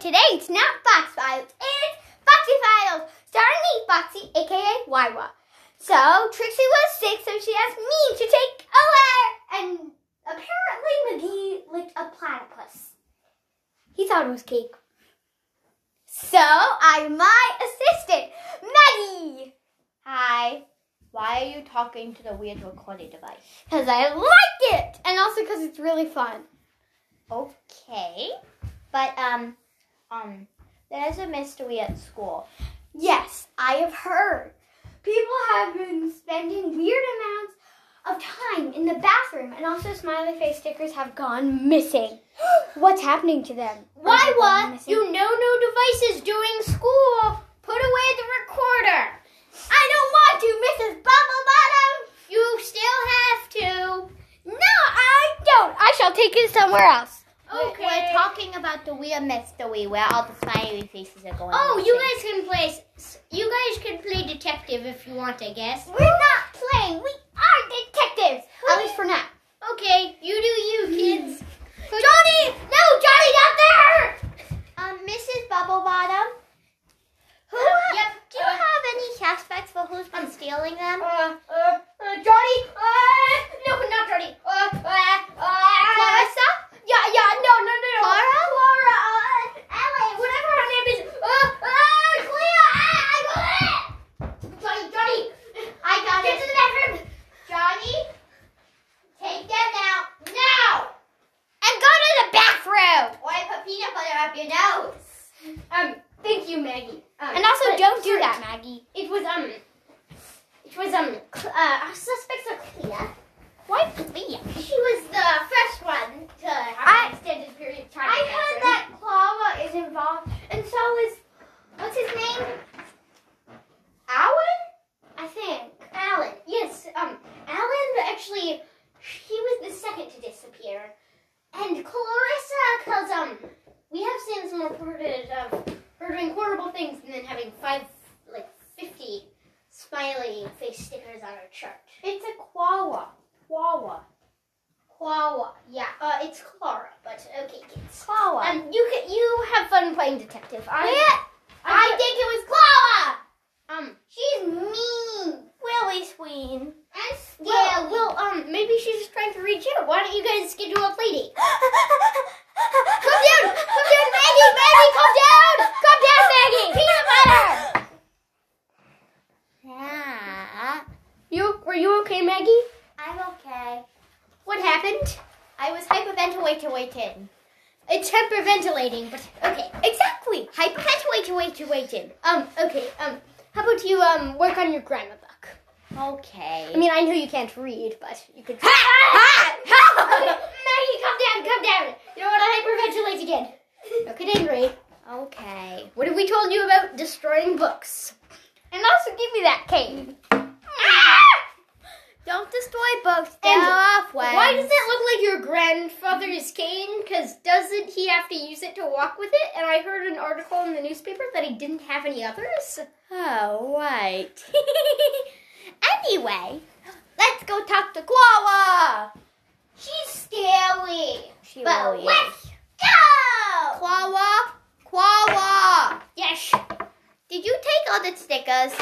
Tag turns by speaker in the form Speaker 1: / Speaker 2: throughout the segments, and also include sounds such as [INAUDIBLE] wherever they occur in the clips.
Speaker 1: today it's not Fox Files, it's Foxy Files, starring me, Foxy, aka Wawa. So Trixie was sick, so she asked me to take over, and apparently McGee licked a platypus. He thought it was cake. So I'm my assistant, Maggie. Hi.
Speaker 2: Why are you talking to the weird recording device?
Speaker 1: Because I like it, and also because it's really fun.
Speaker 2: Okay. But um um there's a mystery at school.
Speaker 1: Yes, I have heard. People have been spending weird amounts of time in the bathroom, and also smiley face stickers have gone missing. [GASPS] What's happening to them? Are
Speaker 2: Why
Speaker 1: they going
Speaker 2: what?
Speaker 1: missing?
Speaker 2: You know no devices during school. Put away the recorder.
Speaker 1: I don't want to, Mrs. Bubble Bottom.
Speaker 2: You still have to.
Speaker 1: No, I don't. I shall take it somewhere else.
Speaker 2: Oh, We're- We're talking about the weird mystery where all the smiley faces are going.
Speaker 3: Oh, you
Speaker 2: missing.
Speaker 3: guys can play. s- You guys can play detective if you want, I guess.
Speaker 1: We're not playing. We are detectives. At least for now.
Speaker 3: Okay, you do you, kids.
Speaker 1: Johnny! No, Johnny, not there!
Speaker 2: Um, Mrs. Bubblebottom,
Speaker 1: Who?
Speaker 3: Uh,
Speaker 2: yep. do you have any suspects for who's been stealing them?
Speaker 1: Uh, uh, uh, Johnny? Uh,
Speaker 3: no, not Jordy.
Speaker 1: Uh, uh, uh, Clarissa? Yeah, yeah, no, no, no, no. Clara? Clara, uh, Ellie, whatever her name is. Uh, uh, Clea, ah, I got it! Johnny, Johnny, I got Get it. Get to the bathroom. Johnny, take them out now. And go to the bathroom. Or I put peanut butter up your nose.
Speaker 3: Um, thank you, Maggie. Um,
Speaker 1: And also,
Speaker 3: but
Speaker 1: don't do
Speaker 3: first,
Speaker 1: that, Maggie.
Speaker 3: It was um, it was um, cl- uh, our suspects are Clea.
Speaker 1: Why Clea?
Speaker 3: She was the first one to have
Speaker 1: I-
Speaker 3: an extended period of time.
Speaker 1: I
Speaker 3: in the
Speaker 1: heard
Speaker 3: bathroom.
Speaker 1: that Clara is involved, and so is what's his name? Alan,
Speaker 3: I think Alan. Yes, um, Alan actually, he was the second to disappear, and Clarissa, cause um, we have seen some reported of her doing horrible things and then having five, like fifty, smiley face stickers on her shirt.
Speaker 1: It's a Quawa. Quawa.
Speaker 3: Quawa, yeah, uh, it's Clara, but okay, kids.
Speaker 1: Quawa.
Speaker 3: Um, you can, you have fun playing detective. I,
Speaker 1: Yeah, I think it was Clara.
Speaker 3: um,
Speaker 1: She's mean. Willy Sween.
Speaker 3: and yeah,
Speaker 1: Well-
Speaker 3: well, um, maybe she's just trying to reach out. Why don't you guys schedule a play date?
Speaker 1: Come down! Come down, Maggie! Maggie, come down! Come down, Maggie! Peanut butter!
Speaker 2: Yeah,
Speaker 3: You were you okay, Maggie?
Speaker 2: I'm okay.
Speaker 3: What happened?
Speaker 2: I was hyperventilating.
Speaker 3: It's hyperventilating, but okay.
Speaker 2: Exactly. Hyperventilating.
Speaker 3: Um, okay. Um, how about you um work on your grammar book?
Speaker 2: Okay.
Speaker 3: I mean, I know you can't read, but you could.
Speaker 1: Ha! Ha!
Speaker 3: Okay,
Speaker 1: Ha!
Speaker 3: [LAUGHS] Maggie, come down, come down. You don't want to hyperventilate again. Okay, Henry.
Speaker 2: Okay.
Speaker 3: What have we told you about destroying books?
Speaker 1: And also give me that cane.
Speaker 2: Don't destroy books.
Speaker 3: Ah! And
Speaker 2: off
Speaker 3: Why does it look like your grandfather's cane? Because doesn't he have to use it to walk with it? And I heard an article in the newspaper that he didn't have any others.
Speaker 2: Oh, right. anyway,
Speaker 1: Let's go talk to Koala. She's scary.
Speaker 2: she
Speaker 1: But
Speaker 2: really is.
Speaker 1: let's go.
Speaker 2: Quawa, Quawa.
Speaker 3: Yes,
Speaker 2: Did you take all the stickers?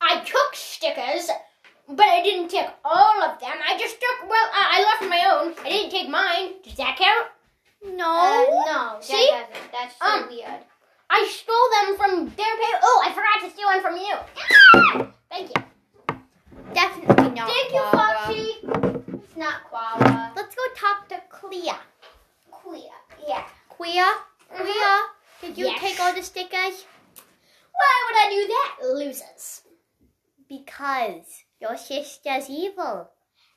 Speaker 3: I took stickers, but I didn't take all of them. I just took, well, I, I left my own. I didn't take mine. Does that count?
Speaker 2: No.
Speaker 1: no.
Speaker 3: See?
Speaker 1: That doesn't. That's so
Speaker 3: Um,
Speaker 1: weird.
Speaker 3: I stole them from their pay. Oh, I forgot to steal one from you. Thank you.
Speaker 2: Definitely not.
Speaker 3: Thank you,
Speaker 2: Quawa.
Speaker 3: Foxy.
Speaker 1: It's not Koala.
Speaker 2: Let's go talk to Clea.
Speaker 3: Clea. Yeah.
Speaker 2: Clea,
Speaker 1: Mm-hmm.
Speaker 2: Clea, did you
Speaker 3: Yes.
Speaker 2: take all the stickers?
Speaker 3: Why would I do that? Losers.
Speaker 2: Because your sister's evil.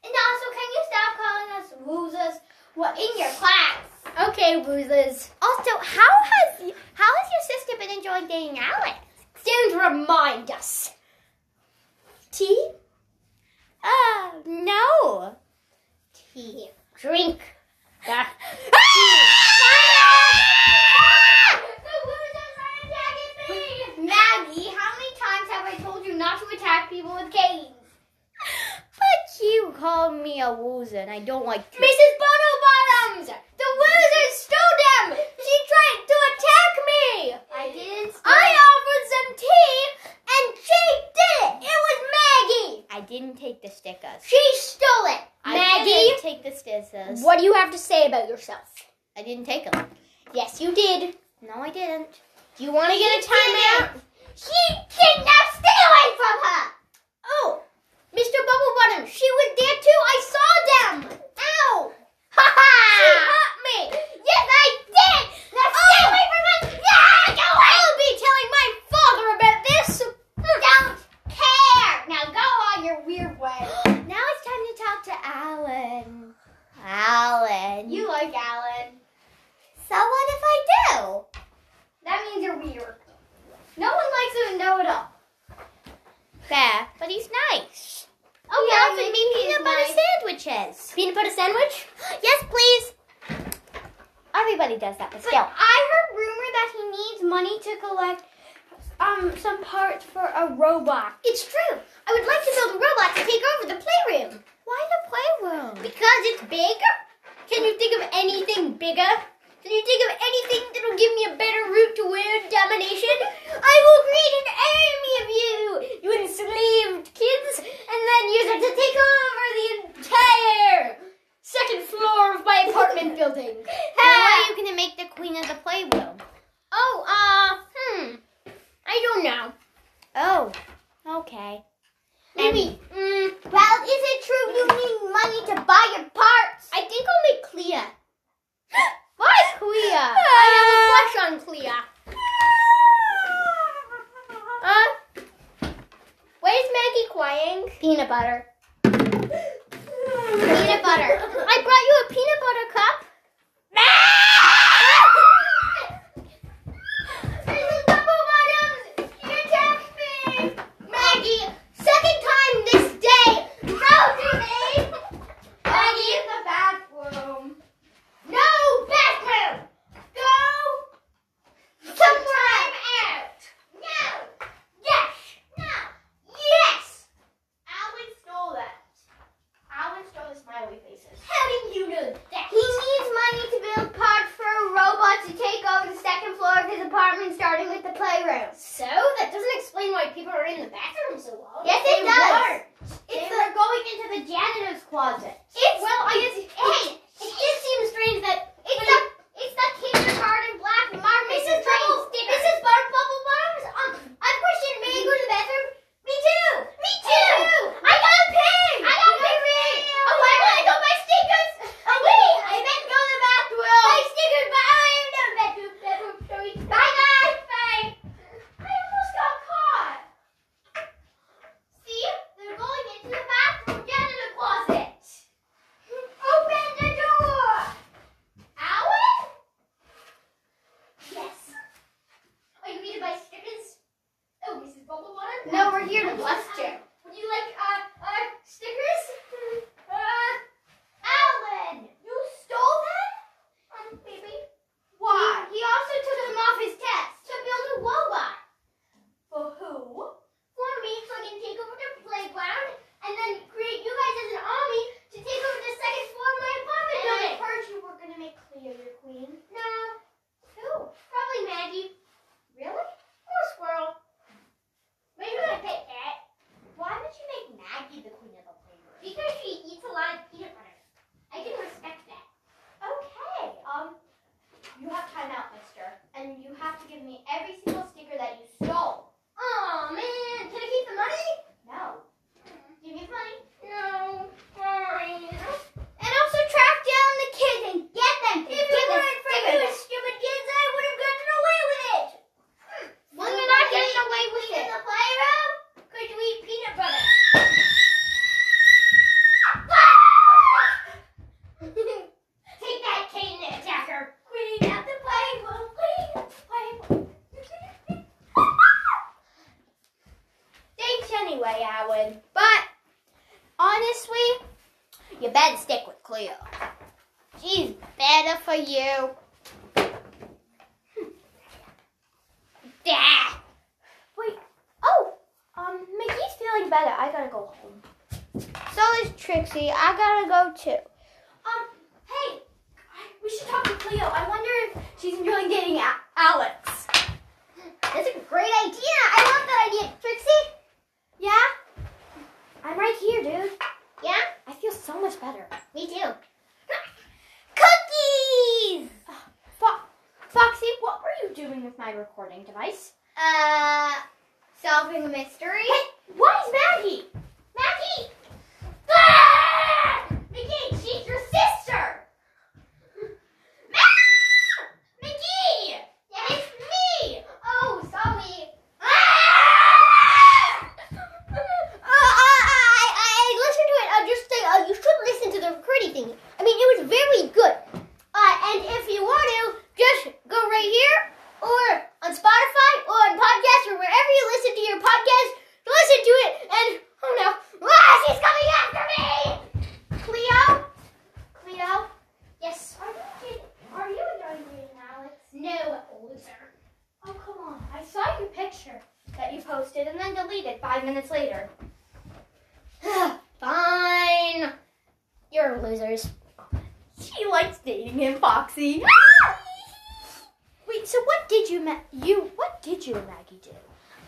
Speaker 1: And also, can you stop calling us losers? We're in your class.
Speaker 3: Okay, losers.
Speaker 2: Also, how has how has your sister been enjoying dating Alex?
Speaker 3: Don't remind us. Tea?
Speaker 2: Uh, no.
Speaker 3: Tea. Drink. Ah.
Speaker 1: Maggie, how many times have I told you not to attack people with canes?
Speaker 2: But you called me a loser, and I don't like you.
Speaker 3: Mrs. Bottle Bottoms! The losers stole them! She tried to attack me!
Speaker 1: What do you have to say about yourself?
Speaker 2: I didn't take them.
Speaker 1: Yes, you did.
Speaker 2: No, I didn't.
Speaker 1: Do you want to get a timeout?
Speaker 3: He kidnapped. Stay away from her.
Speaker 1: Oh, Mr. Bubble Bottom, she was there too. I saw them. Ow! Ha ha! She hurt me. Oh.
Speaker 3: Yes, I did. Now stay away from her. Yeah, go away.
Speaker 1: I'll be telling my father about this.
Speaker 3: Don't care. Now go on your weird way.
Speaker 1: [GASPS]
Speaker 2: Now it's time to talk to Alan. Alan.
Speaker 3: You like Alan.
Speaker 2: So what if I do?
Speaker 3: That means you're weird. No one likes a know-it-all.
Speaker 2: Fair, but he's nice.
Speaker 3: Oh,
Speaker 2: He
Speaker 3: yeah,
Speaker 2: offered
Speaker 3: maybe
Speaker 2: me peanut
Speaker 3: he's
Speaker 2: butter
Speaker 3: nice.
Speaker 2: sandwiches.
Speaker 1: Peanut butter sandwich?
Speaker 2: Yes, please. Everybody does that, but
Speaker 3: But
Speaker 2: still.
Speaker 3: I heard rumor that he needs money to collect um some parts for a robot.
Speaker 1: It's true. I would like to build a robot to take over the playroom.
Speaker 2: Why the playroom?
Speaker 1: Because it's bigger? Can you think of anything bigger? Can you think of anything that will give me a better route to world domination? I will create an army of you, you enslaved kids, and then use it to take over the entire second floor of my apartment building.
Speaker 2: How
Speaker 1: Ha!
Speaker 2: are you gonna make the queen of the playroom?
Speaker 1: Oh, uh, hmm. I don't know.
Speaker 2: Oh, okay.
Speaker 1: Maybe, mm,
Speaker 3: Well, is it true you need money to buy your parts?
Speaker 1: I think I'll make [GASPS] Clea.
Speaker 3: What?
Speaker 1: Clea. I have a crush on Clea. Huh? Why is Uh, Maggie crying?
Speaker 2: Peanut butter.
Speaker 1: Peanut butter. I brought you a peanut butter cup. Ah. [LAUGHS] Mrs. Double Bottoms, you attacked me. Maggie, second time this day. No, Jimmy. Maggie,
Speaker 3: in the bathroom.
Speaker 1: no bathroom. Go somewhere out.
Speaker 3: No.
Speaker 1: Yes.
Speaker 3: No.
Speaker 1: Yes.
Speaker 3: Alvin stole that. Alvin stole the smiley faces.
Speaker 1: How did you know that?
Speaker 3: He needs money to build parts for a robot to take over the second floor of his apartment, starting with the playroom.
Speaker 1: So that doesn't explain why people are in the bathroom so long.
Speaker 3: Yes, it
Speaker 1: They
Speaker 3: does.
Speaker 1: were. They
Speaker 3: It's they were going into the janitor's closet.
Speaker 1: It's
Speaker 3: Well, I guess. Hey,
Speaker 1: it did seem strange that
Speaker 3: it's the it's the kindergarten black mark.
Speaker 1: Mrs. Bubble, Mrs. Bark Bubble Bottoms. Um, I question may I go to the bathroom? Me too. Me too. I got pig. I got pig. Oh, I want to go buy stickers. Oh wait, I meant go to the bathroom. Buy stickers, but I am not bathroom. Bathroom. Sorry. Bye guys. Bye.
Speaker 3: I almost got caught. See, they're going into the bathroom janitor closet. Open the door. Alan? Yes. Oh, you need to buy stickers. Oh, Mrs. Bubble Water.
Speaker 1: No, we're here to bless you.
Speaker 3: Would you like uh uh stickers? Uh, Alan, you stole them? Um, maybe. Why? He, he also took them off his test to build a robot. For who? For me, so I can take over the playground and then create you guys as an army to take over the second floor of my apartment
Speaker 1: And I
Speaker 3: building. heard you were gonna make Cleo your queen. No. Who? Probably Maggie. Really? Or Squirrel. Maybe I pick that. Why would you make Maggie the queen of the playroom? Because she eats a lot of peanut butter. I can respect that. Okay. Um, you have time out, mister. And you have to give me every single sticker that you stole.
Speaker 1: Aw, man, can I keep the money?
Speaker 3: No. Mm-hmm. Give me the money.
Speaker 1: No, fine. And also track down the kids and get them. If it
Speaker 3: Get them
Speaker 1: weren't for you
Speaker 3: stickers.
Speaker 1: stupid kids, I would have gotten away with it.
Speaker 3: Well,
Speaker 1: You
Speaker 3: you're not
Speaker 1: were
Speaker 3: getting
Speaker 1: eating
Speaker 3: away with
Speaker 1: in
Speaker 3: it.
Speaker 1: the playroom? Could you eat peanut butter? [LAUGHS]
Speaker 3: Take that, Cain the attacker. Clean out the playroom. Clean out the playroom.
Speaker 1: [LAUGHS] Thanks anyway, Alan. But honestly, you better stick with Cleo.
Speaker 2: She's better for you.
Speaker 1: Dah. Wait. Oh. Um. Mickey's feeling better. I gotta go home.
Speaker 2: So is Trixie. I gotta go too.
Speaker 1: Um. Hey. I- We should talk to Cleo. I wonder if she's enjoying dating A- Alex.
Speaker 3: That's a great idea. I love that idea, Trixie.
Speaker 1: Yeah. I'm right here, dude.
Speaker 3: Yeah,
Speaker 1: [LAUGHS] I feel so much better.
Speaker 3: me too.
Speaker 2: with my recording device.
Speaker 4: Uh, solving a mystery.
Speaker 2: What is Maggie?
Speaker 1: Maggie! Ah! McGee, she's your sister! Ah! McGee! It's me! Oh, sorry. Ah!
Speaker 4: Uh, I, I, I I listened to it. I just think uh, you should listen to the recording thing. I mean, it was very good. Uh, and if you want to, just go right here or on Spotify or on podcast or wherever you listen to your podcast. Listen to it and oh no, ah, she's coming after me.
Speaker 1: Cleo? Cleo? Yes. Are you kidding? Are you evaluating Alex? No, loser.
Speaker 2: Oh, come on. I saw your picture that you posted and then deleted five minutes
Speaker 1: [SIGHS]
Speaker 2: later.
Speaker 4: Fine, you're losers.
Speaker 2: She likes dating him,
Speaker 1: [LAUGHS]
Speaker 2: Foxy.
Speaker 4: Wait, so what did you, Ma- you, what did you and Maggie do?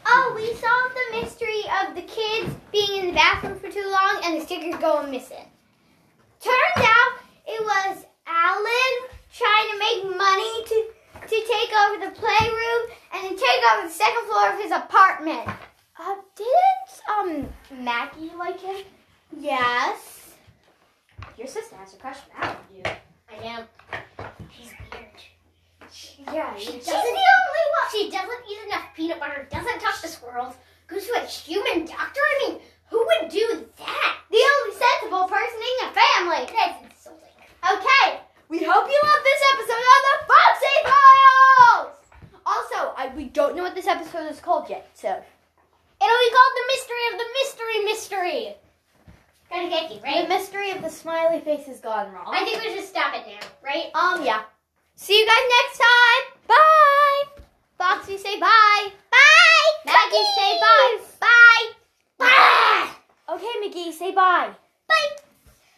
Speaker 1: Oh, we solved the mystery of the kids being in the bathroom for too long and the stickers going missing. Turns out it was Alan trying to make money to, to take over the playroom and to take over the second floor of his apartment.
Speaker 4: Uh, didn't, um, Maggie like him?
Speaker 1: Yes.
Speaker 2: Your sister has a crush on Alan, you.
Speaker 1: I know. He's weird.
Speaker 2: Yeah,
Speaker 1: She doesn't,
Speaker 2: she's
Speaker 1: She's the only one. She doesn't eat enough peanut butter, doesn't touch the squirrels, goes to a human doctor. I mean, who would do that? The only sensible person in the family. That's insulting. Okay,
Speaker 2: We hope you love this episode of the Foxy Files! Also, I, we don't know what this episode is called yet, so.
Speaker 1: it'll be called the mystery of the mystery mystery. Gotta get you,
Speaker 2: The
Speaker 1: right?
Speaker 2: mystery of the smiley face has gone wrong.
Speaker 1: I think we should stop it now, right?
Speaker 2: Um, yeah. See you guys next time! Bye! Foxy, say bye!
Speaker 1: Bye! Maggie, say bye! Bye! Bye!
Speaker 2: Okay, McGee, say bye!